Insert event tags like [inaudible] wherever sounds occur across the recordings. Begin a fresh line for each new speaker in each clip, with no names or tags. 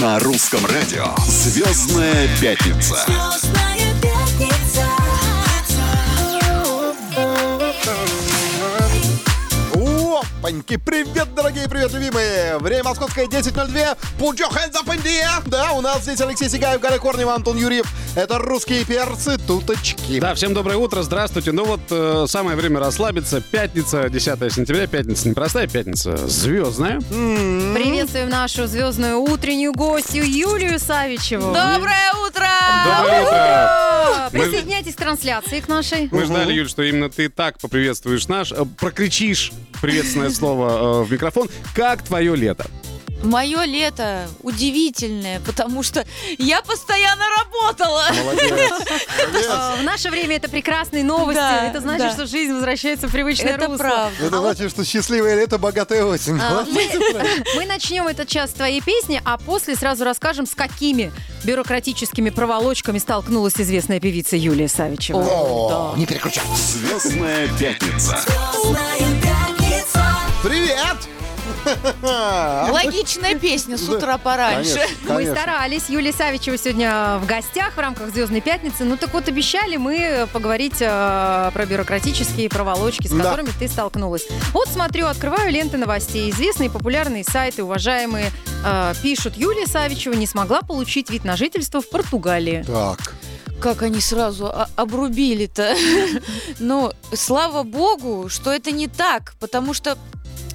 На русском радио «Звездная пятница».
Звездная пятница.
Опаньки! Привет, дорогие, привет, любимые! Время московское 10.02. Put your hands up in the air. Да, у нас здесь Алексей Сигаев, Галя Корнева, Антон Юрьев. Это русские перцы, туточки.
Да, всем доброе утро, здравствуйте. Ну вот, э, самое время расслабиться. Пятница, 10 сентября. Пятница непростая, пятница звездная.
Приветствуем нашу звездную утреннюю гостью Юлию Савичеву.
Доброе утро!
Доброе утро!
Да, Присоединяйтесь к трансляции к нашей.
Мы ждали, Юль, что именно ты так поприветствуешь наш, э, прокричишь
[laughs]
приветственное слово э, в микрофон. Как твое лето?
Мое лето удивительное, потому что я постоянно работала.
Молодец.
А, В наше время это прекрасные новости.
Да,
Это значит,
да.
что жизнь возвращается в привычное
Это
русло.
правда.
Это значит, что счастливое лето, богатая осень.
А,
Вот.
мы, [laughs] мы начнем этот час с твоей песни, а после сразу расскажем, с какими бюрократическими проволочками столкнулась известная певица Юлия Савичева.
О, Не переключай.
«Звездная пятница».
Звездная пятница.
Привет!
Логичная песня с утра пораньше.
Конечно,
Мы
конечно.
старались. Юлия Савичева сегодня в гостях в рамках «Звездной пятницы». Ну так вот, обещали мы поговорить э, про бюрократические проволочки, с
Да.
которыми ты столкнулась. Вот смотрю, открываю ленты новостей. Известные популярные сайты, уважаемые, э, пишут, Юлия Савичева не смогла получить вид на жительство в Португалии.
Так.
Как они сразу о- обрубили-то. [laughs] Ну, слава богу, что это не так, потому что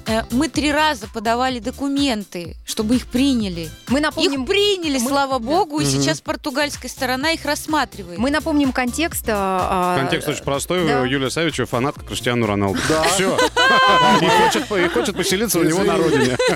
э, мы три раза подавали документы, чтобы их приняли.
Мы напомним...
Их приняли,
мы-
слава богу, и
Мгм.
сейчас португальская сторона их рассматривает.
Мы напомним контекст. э, э,
Контекст очень простой.
да.
Юлия Савичева фанатка Криштиану Роналду.
Да.
[laughs] Все. И хочет, по- и хочет поселиться у него на
Извини.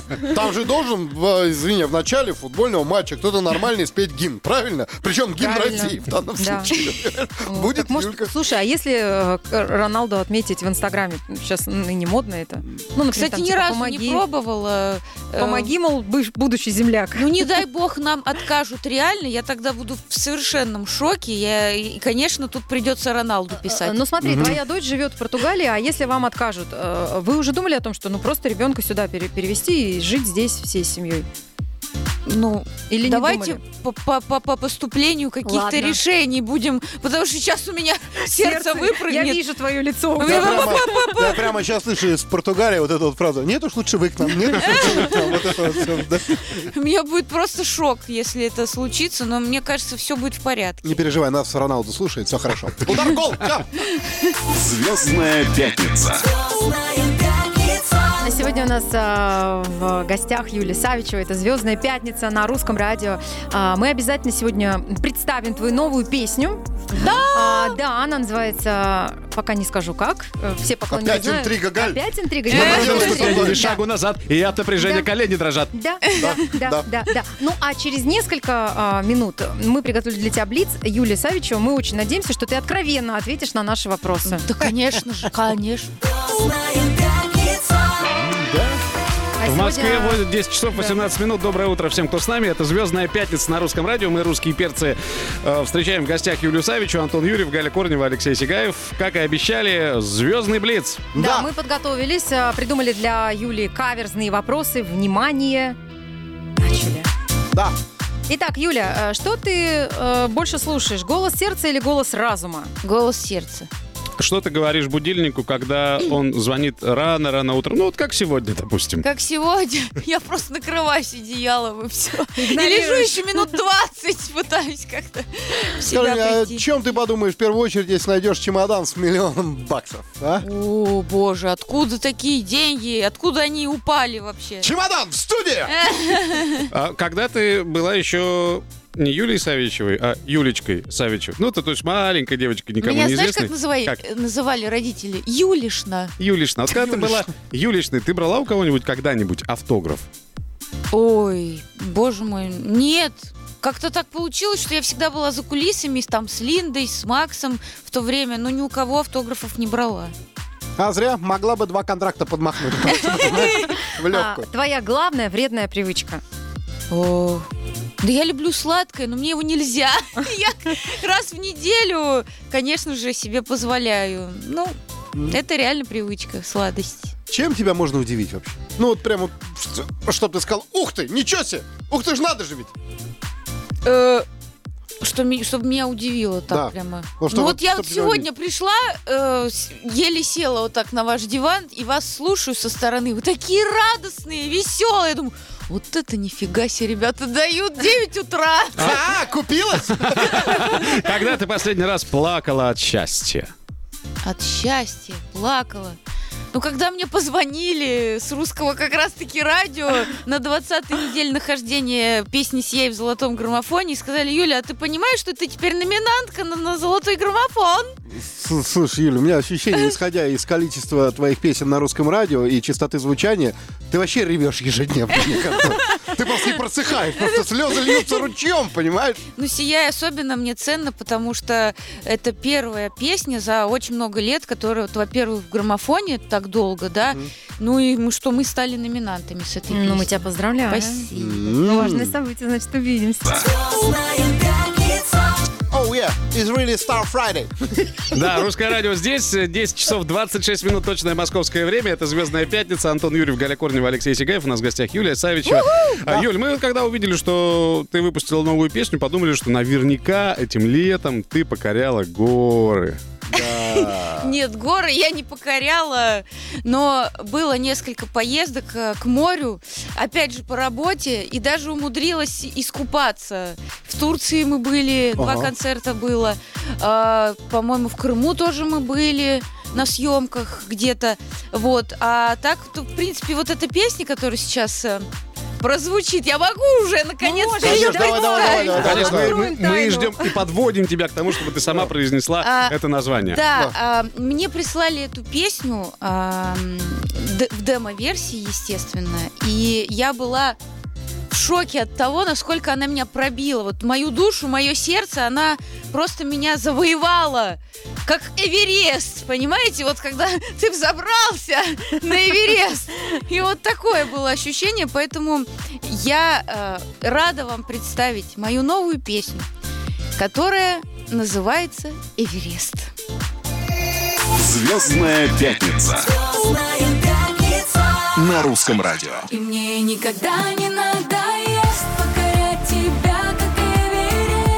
родине.
Там же должен, в- извини, в начале футбольного матча кто-то нормальный спеть гимн, правильно? Причем гимн
Правильно.
России в данном
Да.
случае.
Ну,
Будет
так может,
Юлька.
слушай, а если э, к- Роналду отметить в Инстаграме? Сейчас ныне модно это. Ну, например,
Кстати,
там,
ни
типа,
разу не
помоги,
пробовала. э,
Помоги, мол, быш- будущий земляк.
Ну, не дай бог нам откажут реально, я тогда буду в совершенном шоке. Я, и, конечно, тут придется Роналду
Э,
писать.
Ну смотри, твоя дочь живет в Португалии, а если вам откажут, э, вы уже думали о том, что ну просто ребенка сюда пере- перевести и жить здесь всей семьей?
Ну,
Или не
давайте
думали?
по, по- по- по поступлению каких-то
Ладно.
решений будем, потому что сейчас
[laughs]
у меня сердце,
Я
выпрыгнет.
вижу твое лицо.
Я прямо, я прямо сейчас слышу из Португалии вот эту вот фразу. Нет уж лучше вы к нам, нет уж лучше вы к нам. Вот это вот всё, да.
У меня будет просто шок, если это случится, но мне кажется, все будет в порядке.
Не переживай, нас Роналду слушает, все хорошо. Удар, гол, всё.
«Звездная пятница».
Звездная пятница.
А Сегодня у нас а, в гостях Юлия Савичева. Это «Звездная пятница» на русском радио. А, мы обязательно сегодня представим твою новую песню. Да! да, она называется «Пока не скажу как». Э, Все поклонники
Опять
знают.
интрига, Галь.
Опять интрига.
Что мы делаем с
Интрига.
тобой?
Э, Да.
Ни шагу назад, и от напряжения
Да.
колени дрожат.
Да, да, да, да, да, Ну, а через несколько а, минут мы приготовили для тебя блиц. Юлия Савичева, мы очень надеемся, что ты откровенно ответишь на наши вопросы.
Да, конечно же, конечно.
Звездная пятница.
А
В Москве
сегодня-
вот 10 часов 18 минут. Доброе утро всем, кто с нами. Это «Звездная пятница» на русском радио. Мы, русские перцы, э, встречаем в гостях Юлию Савичу, Антон Юрьев, Галя Корнева, Алексей Сигаев. Как и обещали, «Звездный блиц».
Да,
Да.
мы подготовились, а, придумали для Юли каверзные вопросы. Внимание, начали.
Да.
Итак, Юля, э, что ты э, больше слушаешь, голос сердца или голос разума?
Голос сердца.
Что ты говоришь будильнику, когда он звонит рано-рано утром? Ну, вот как сегодня, допустим.
Как сегодня, я просто накрываюсь одеялом и все. И лежу
Игнорируешь.
еще минут 20, [laughs] пытаюсь как-то в
Скажи,
себя
а
прийти.
чем ты подумаешь в первую очередь, если найдешь чемодан с миллионом баксов? а?
О, боже, откуда такие деньги? Откуда они упали вообще?
Чемодан в студии!
Э.
А когда ты была еще не Юлией Савичевой, а Юлечкой Савичевой. Ну, ты то есть маленькая девочка, никому
Меня
не
знаешь,
известная.
как, называй-
Как?
э, называли родители? Юлишна.
Юлична. Вот когда ты была Юличной, ты брала у кого-нибудь когда-нибудь автограф?
Ой, боже мой, нет. Как-то так получилось, что я всегда была за кулисами, с- там с Линдой, с Максом в то время, но ни у кого автографов не брала.
А зря, могла бы два контракта
[laughs]
подмахнуть. В
А,
легкую.
твоя главная вредная привычка.
О, да я люблю сладкое, но мне его нельзя. [laughs] Я раз в неделю, конечно же, себе позволяю. Ну, это реально привычка, сладость.
Чем тебя можно удивить вообще? Ну вот прямо, чтоб ты сказал, ух ты, ничего себе, ух ты ж надо же ведь.
Э, Что, ми- чтобы меня удивило так
Да.
прямо.
Ну,
Ну,
что вот-
вот я
что
вот
тебя удивило?
сегодня пришла, э, с- еле села вот так на ваш диван и вас слушаю со стороны. Вы такие радостные, веселые. Я думаю, вот это нифига себе, ребята, дают 9 утра.
А, купилась?
Когда ты последний раз плакала от счастья?
От счастья плакала. Ну, когда мне позвонили с русского как раз-таки радио на 20-й неделе нахождения песни «Сияй в золотом граммофоне» и сказали, Юля, а ты понимаешь, что ты теперь номинантка на, на золотой граммофон?
С- Слушай, Юля, у меня [laughs] ощущение, исходя из количества твоих песен на русском радио и частоты звучания, ты вообще ревешь ежедневно, мне кажется. Ты просто не просыхаешь, просто слезы льются ручьем, понимаешь?
Ну, «Сияй» особенно мне ценно, потому что это первая песня за очень много лет, которая, вот, во-первых, в граммофоне так долго, да,
Мгм.
ну и мы, что мы стали номинантами с этой песней.
Ну, мы тебя поздравляем.
Спасибо.
Ну, Важное событие, значит, увидимся.
Звездная пятница.
Oh yeah, it's really Star Friday.
Да, русское радио здесь. 10 часов 26 минут точное московское время. Это «Звездная пятница». Антон Юрьев, Галя Корнева, Алексей Сигаев. У нас в гостях Юлия Савичева. А, Юль, мы когда увидели, что ты выпустила новую песню, подумали, что наверняка этим летом ты покоряла горы.
[laughs] Нет, горы я не покоряла, но было несколько поездок э, к морю, опять же по работе, и даже умудрилась искупаться. В Турции мы были, два
Ага.
концерта было, А, по-моему, в Крыму тоже мы были на съемках где-то, вот. А так, то, в принципе, вот эта песня, которая сейчас э, прозвучит, я могу уже наконец-то
Можешь,
ее
давай,
давай, давай,
представить.
давай, давай.
Ну, Конечно,
Откроем
мы, мы
тайну.
ждем и подводим тебя к тому, чтобы ты сама произнесла
А,
это название.
Да, а, мне прислали эту песню а, м, д- в демо-версии, естественно, и я была в шоке от того, насколько она меня пробила. Вот мою душу, мое сердце, она просто меня завоевала, как Эверест, понимаете? Вот когда [laughs] ты взобрался [laughs] на Эверест. И вот такое было ощущение, поэтому я э, рада вам представить мою новую песню, которая называется «Эверест».
Звездная пятница
Звездная пятница.
на русском радио.
И мне никогда не надоест покорять тебя, как Эверест.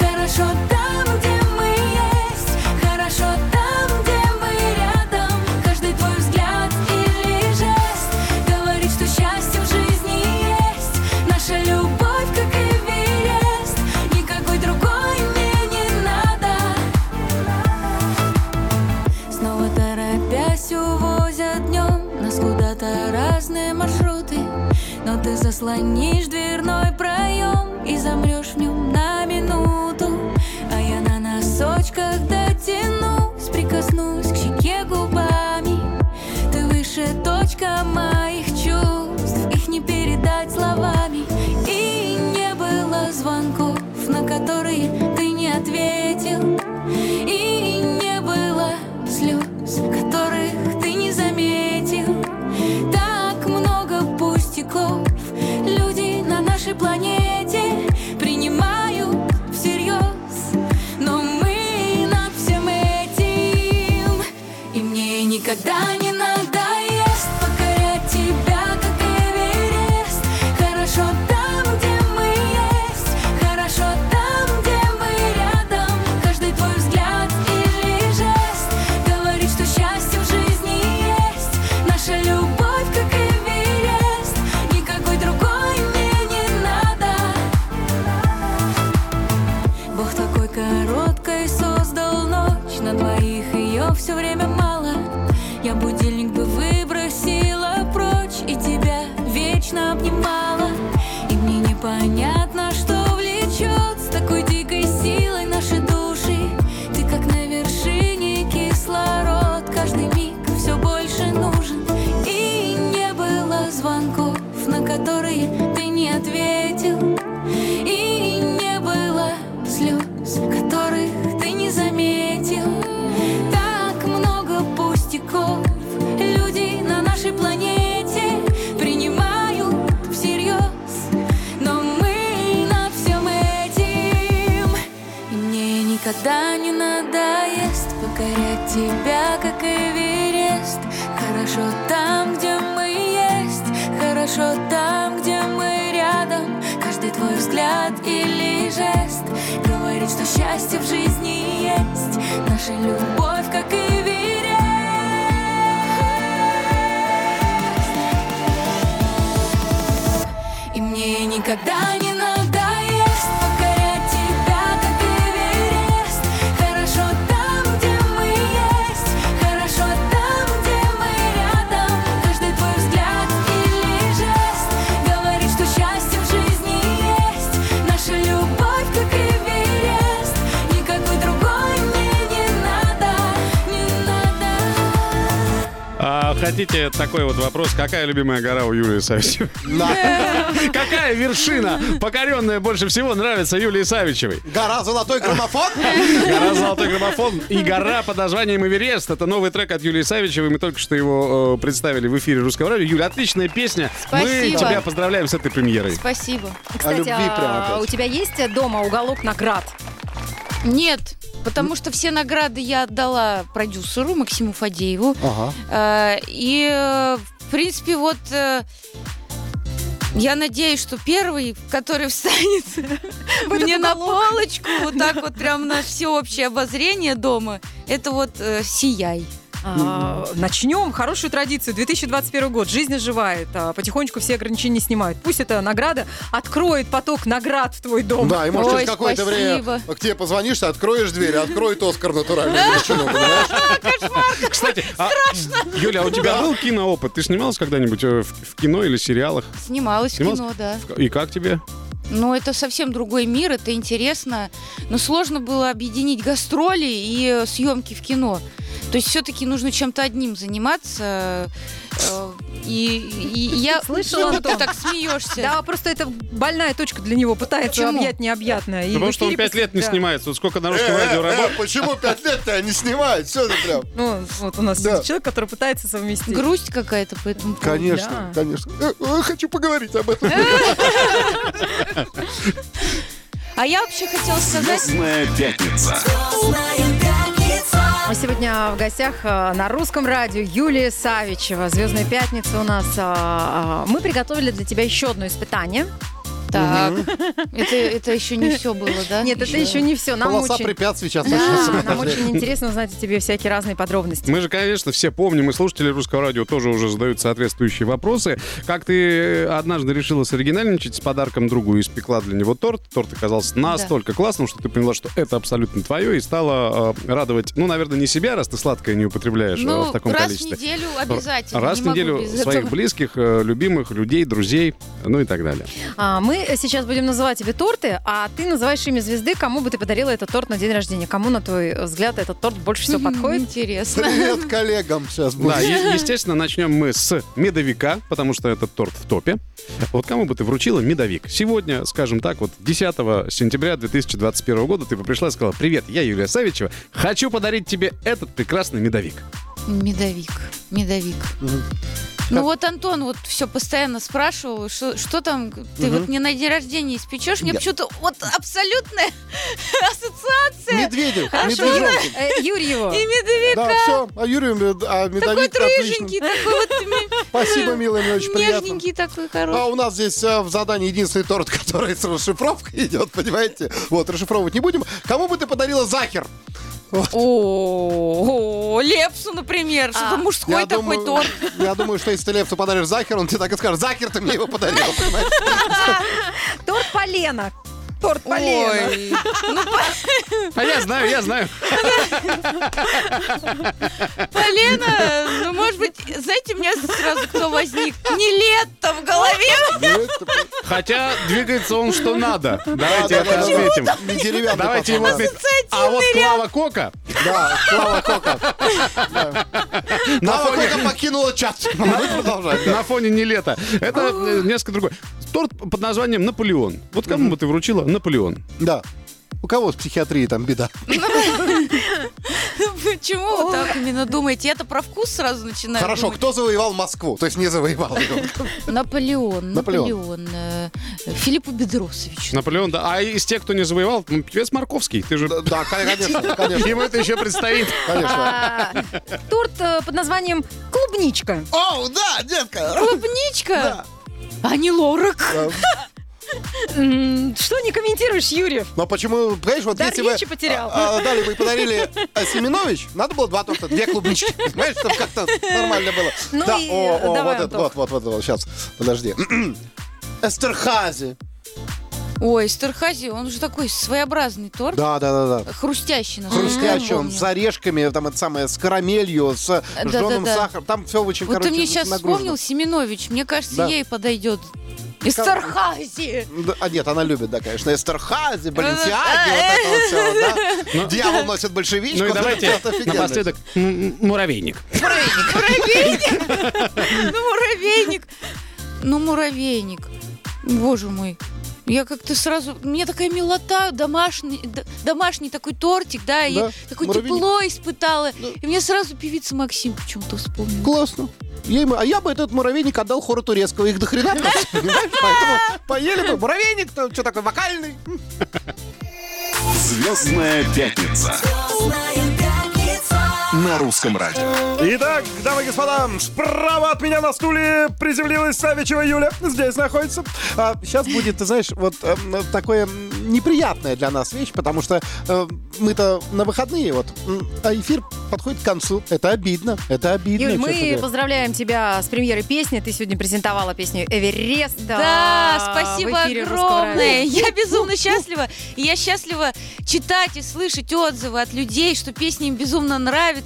Хорошо там, где мы есть, хорошо там, где мы рядом. Каждый твой взгляд или жест говорит, что счастье в жизни есть. Наша любовь, как Эверест, никакой другой мне не надо. Снова торопясь увозят днем Нас куда-то разные маршруты Но ты заслонишь дверной проем И замрешь в нем на минуту А я на носочках дотянусь Прикоснусь к щеке губами Ты выше точка моих чувств Их не передать словами И не было звонков На которые ты не ответил и не было слез, которых ты не заметил Так много пустяков люди на нашей планете Принимают всерьез Но мы над всем этим И мне никогда не надоест покорять тебя, как Эверест Хорошо там, где мы есть Хорошо там, где мы рядом Каждый твой взгляд или жест Говорит, что счастье в жизни есть Наша любовь, как Эверест Никакой другой мне не надо Бог такой короткой создал ночь На двоих ее все время мало Я будильник бы выбросила прочь И тебя вечно обнимала И мне непонятно, что влечет С такой дикой силой наши души Ты как на вершине кислород Каждый миг все больше нужен И не было звонков На которые ты не ответил и не было слез, которых ты не заметил Так много пустяков Люди на нашей планете Принимают всерьез Но мы над всем этим И мне никогда не надоест Покорять тебя, как Эверест Хорошо там, где мы есть хорошо там, где мы рядом Каждый твой взгляд или жест Говорит, что счастье в жизни есть Наша любовь, как и И мне никогда не надоест покорять тебя, как Эверест Хорошо там, где мы есть Хорошо там, где мы рядом Каждый твой взгляд или жест Говорит, что счастье в жизни есть Наша любовь, как Эверест Никакой другой мне не надо, не надо
А, хотите такой вот вопрос? Какая любимая гора у Юлии Савичевой?
Да.
Какая вершина, покоренная больше всего, нравится Юлии Савичевой?
[laughs] Гора золотой граммофон.
Гора «Золотой граммофон» и гора под названием «Эверест». Это новый трек от Юлии Савичевой. Мы только что его э, представили в эфире Русского радио. Юля, отличная песня. Мы
Спасибо.
тебя поздравляем с этой премьерой.
Спасибо.
Кстати,
любви
а
прямо опять.
у тебя есть дома уголок наград?
Нет, потому что все награды я отдала продюсеру Максиму Фадееву.
Ага.
Э, И, э, в принципе, вот э, я надеюсь, что первый, который встанет [laughs] мне на полочку, вот так вот прям на всеобщее обозрение дома, это вот э, «Сияй».
А, Начнем хорошую традицию. 2021 год. Жизнь оживает. а, Потихонечку все ограничения снимают. Пусть эта награда откроет поток наград в твой дом.
Да, и может
Ой,
через какое-то время
спасибо.
к тебе позвонишь, ты откроешь дверь, и откроет Оскар натуральную величину, понимаешь?
Кстати, а, Юля, а у тебя был киноопыт? Ты снималась когда-нибудь э, в, в кино или сериалах?
Снималась в
Снималась?
кино, да.
И как тебе?
Но это совсем другой мир, это интересно. Но сложно было объединить гастроли и э, съемки в кино. То есть все-таки нужно чем-то одним заниматься. э, И, и [laughs] я
Слышал,
Почему ты
Антон?
так смеешься.
Да, просто это больная точка для него. Пытается
Почему?
объять необъятное. И
Да потому
в
что он
эфире
пять
пос-
лет не
да.
снимается. Вот сколько на русском
Э,
радио
э,
работает.
э, Почему пять лет-то они снимают? Все это прям.
Ну, вот у нас
Да.
человек, который пытается совместить.
Грусть какая-то по этому поводу.
Конечно,
Да.
конечно. Э, э, Хочу поговорить об этом.
Э, А я вообще хотела сказать...
Звездная пятница.
Мы сегодня в гостях
а,
э, на русском радио Юлия Савичева. Звездная пятница у нас. а, а, Мы приготовили для тебя еще одно испытание.
Так, это, это еще не все было, да?
Нет, это еще не все. Нам
Полоса
очень-
препятствий сейчас
Да, нам
начнется.
очень интересно узнать о тебе всякие разные подробности.
Мы же, конечно, все помним, и слушатели русского радио тоже уже задают соответствующие вопросы. Как ты э, однажды решила соригинальничать с подарком другу и испекла для него торт? Торт оказался настолько классным, что ты поняла, что это абсолютно твое, и стала э, радовать, ну, наверное, не себя, раз ты сладкое не употребляешь э,
Ну,
в таком
раз
количестве.
в неделю обязательно.
Раз
не
в
могу
неделю
без
своих
этого.
близких, э, любимых, людей, друзей, ну и так далее.
А, Мы сейчас будем называть тебе торты, а ты называешь имя звезды, кому бы ты подарила этот торт на день рождения. Кому, на твой взгляд, этот торт больше всего подходит?
[laughs]
Интересно.
Привет коллегам сейчас
Да,
будет.
е- естественно, начнем мы с медовика, потому что этот торт в топе. Вот кому бы ты вручила медовик? Сегодня, скажем так, вот 10 сентября 2021 года ты бы пришла и сказала, привет, я Юлия Савичева, хочу подарить тебе этот прекрасный медовик.
Медовик, медовик. Ну вот Антон вот все постоянно спрашивал, что, что там, ты вот мне на день рождения испечешь, мне
Да.
почему-то вот абсолютная [laughs] ассоциация
Медведев,
Хорошо.
Медвежонкин.
Э, Юрьеву.
и медовик.
Да, все. А Юрий, мед- а
Такой
медовик отлично.
рыженький, такой вот ми-
Спасибо, милая, мне очень приятно.
нежненький такой
А
хороший.
у нас здесь э, в задании единственный торт, [laughs] который с расшифровкой идет, понимаете? Вот, расшифровывать не будем. Кому бы ты подарила Захер?
О, Лепсу, например, что-то
А,
мужской такой торт.
Я думаю, что если ты Лепсу подаришь Захер, он тебе так и скажет, Захер, ты мне его подарил, понимаешь?
Торт полена. Торт полена.
Ой,
А я знаю, я знаю.
Полена, ну, может быть, знаете, у меня сразу кто возник? Не лето в голове.
Ну, это,
Хотя двигается он что надо. Давайте
да,
это
да, да.
отметим.
Не деревянный
Давайте
пацан,
его
да.
отметим. А вот Клава Кока
Да, Клава Кока.
на
Клава
фоне...
Кока покинула чат. Мы продолжаем, да.
На фоне не лето. Это э, несколько другое. Торт под названием Наполеон. Вот кому бы ты вручила Наполеон?
Да. У кого с психиатрией там беда?
Почему вы так именно думаете? Это про вкус сразу начинаю
Хорошо,
думать.
кто завоевал Москву? То есть не
[laughs]
завоевал. ее.
Наполеон,
Наполеон.
Наполеон, э, Филиппу Бедросовичу.
Наполеон, да. А из тех, кто не завоевал, м, певец Марковский. Ты же...
Да, конечно, конечно,
Ему это еще предстоит.
конечно.
А, Торт э, под названием клубничка.
Оу, да, детка!
Клубничка? А не лорак.
Э,
М, Что не комментируешь, Юрьев?
Но почему, понимаешь, вот
Дар
если бы...
речи потерял.
а, а, дали бы и подарили а, Семенович, надо было два торта, две клубнички, понимаешь, чтобы как-то нормально было.
Ну
да,
и
о, о,
давай,
вот, это,
Антох.
вот, вот, вот, вот, сейчас, подожди. [clears throat] Эстерхази.
Ой, Стерхази, он же такой своеобразный торт.
Да, да, да, да.
Хрустящий, насколько я
Хрустящий он,
помню.
с орешками, там это самое, с карамелью, с
М-м-м. да,
жженым
да.
сахаром. Там все очень,
Вот
короче,
ты мне сейчас
нагружено.
вспомнил Семенович. Мне кажется,
Да.
ей подойдет. Из
Как-
Сархази.
Да, А нет, она любит, да, конечно. Эстерхази, Баленсиаги, вот
Да-да-да.
это вот все, да.
[laughs]
Ну,
Дьявол носит большевичку.
Ну и
вот это
давайте
просто офигенно.
напоследок м- м- муравейник.
Ну, муравейник. Ну, муравейник. Боже мой. Я как-то сразу... Мне такая милота, домашний, д- домашний такой тортик, да, и
Да,
такое
муравейник.
тепло испытала.
Да.
И мне сразу певица Максим почему-то вспомнила.
Классно. Ей мы- а я бы этот муравейник отдал хору турецкого. Их дохрена, просто, понимаешь? Поэтому поели бы. Муравейник, то что такой, вокальный.
Звездная пятница. На русском радио.
Итак, дамы и господа, справа от меня на стуле приземлилась Савичева Юля. Здесь находится. сейчас будет, ты знаешь, вот эм, э, такое м, неприятная для нас вещь, потому что э, мы-то на выходные, вот, м, а эфир подходит к концу. Это обидно, это обидно.
Юль,
честно
мы
говоря.
поздравляем тебя с премьерой песни. Ты сегодня презентовала песню «Эверест».
Да,
а,
спасибо
в эфире Русского радио.
огромное. [laughs] Я безумно счастлива. И я счастлива читать и слышать отзывы от людей, что песня им безумно нравится.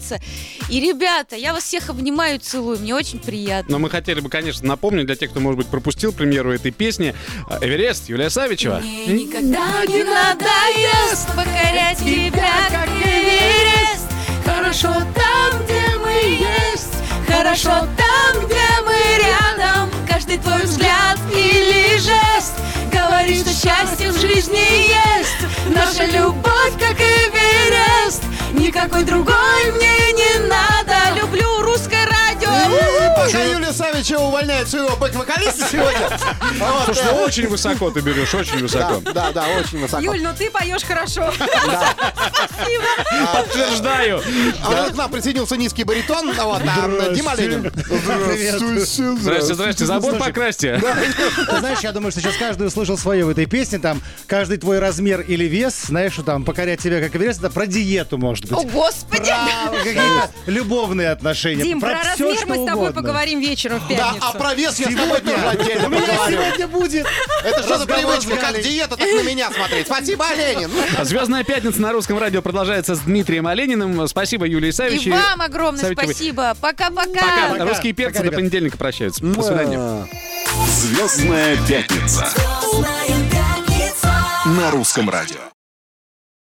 И, ребята, я вас всех обнимаю и целую. Мне очень приятно.
Но мы хотели бы, конечно, напомнить для тех, кто, может быть, пропустил премьеру этой песни. э, Эверест Юлия Савичева.
Мне никогда не надоест покорять тебя, как Эверест. Хорошо там, где мы есть, хорошо там, где мы рядом. Каждый твой взгляд или жест говорит, что счастье в жизни есть. Наша любовь, как Эверест, никакой другой мне не надо. Люблю русское радио.
И Пока Юлия Савичева увольняет своего бэк-вокалиста сегодня. Вот,
Слушай,
э,
ну очень высоко ты берешь, очень
Да,
высоко.
да, да, очень высоко.
Юль, ну ты поешь хорошо.
Подтверждаю.
А вот к нам присоединился низкий баритон, а вот, а, Дима Ленин.
Здрасте, здрасте, забор покрасьте.
Ты знаешь, я думаю, что сейчас каждый услышал свое в этой песне. Там каждый твой размер или вес, знаешь, что там покорять тебя как Эверест, это про диету, может быть.
О, Господи!
Про какие-то любовные отношения.
Дим, про
всё,
размер
что
мы с тобой
угодно.
поговорим вечером в
Да,
пятницу.
а про вес я с тобой тоже отдельно
У меня
поговорю.
сегодня будет.
Это что за
разговор с
привычка, как
Галей.
диета, так на меня смотреть. Спасибо, Ленин. Ну,
Звездная пятница на русском радио продолжается с Дмитрием Олениным. Спасибо, Юлия Савичева.
И вам огромное
Савичевой.
спасибо. Пока-пока.
Пока.
Пока.
Русские перцы
Пока,
до
ребят.
понедельника прощаются. До свидания.
Звездная пятница. На русском радио.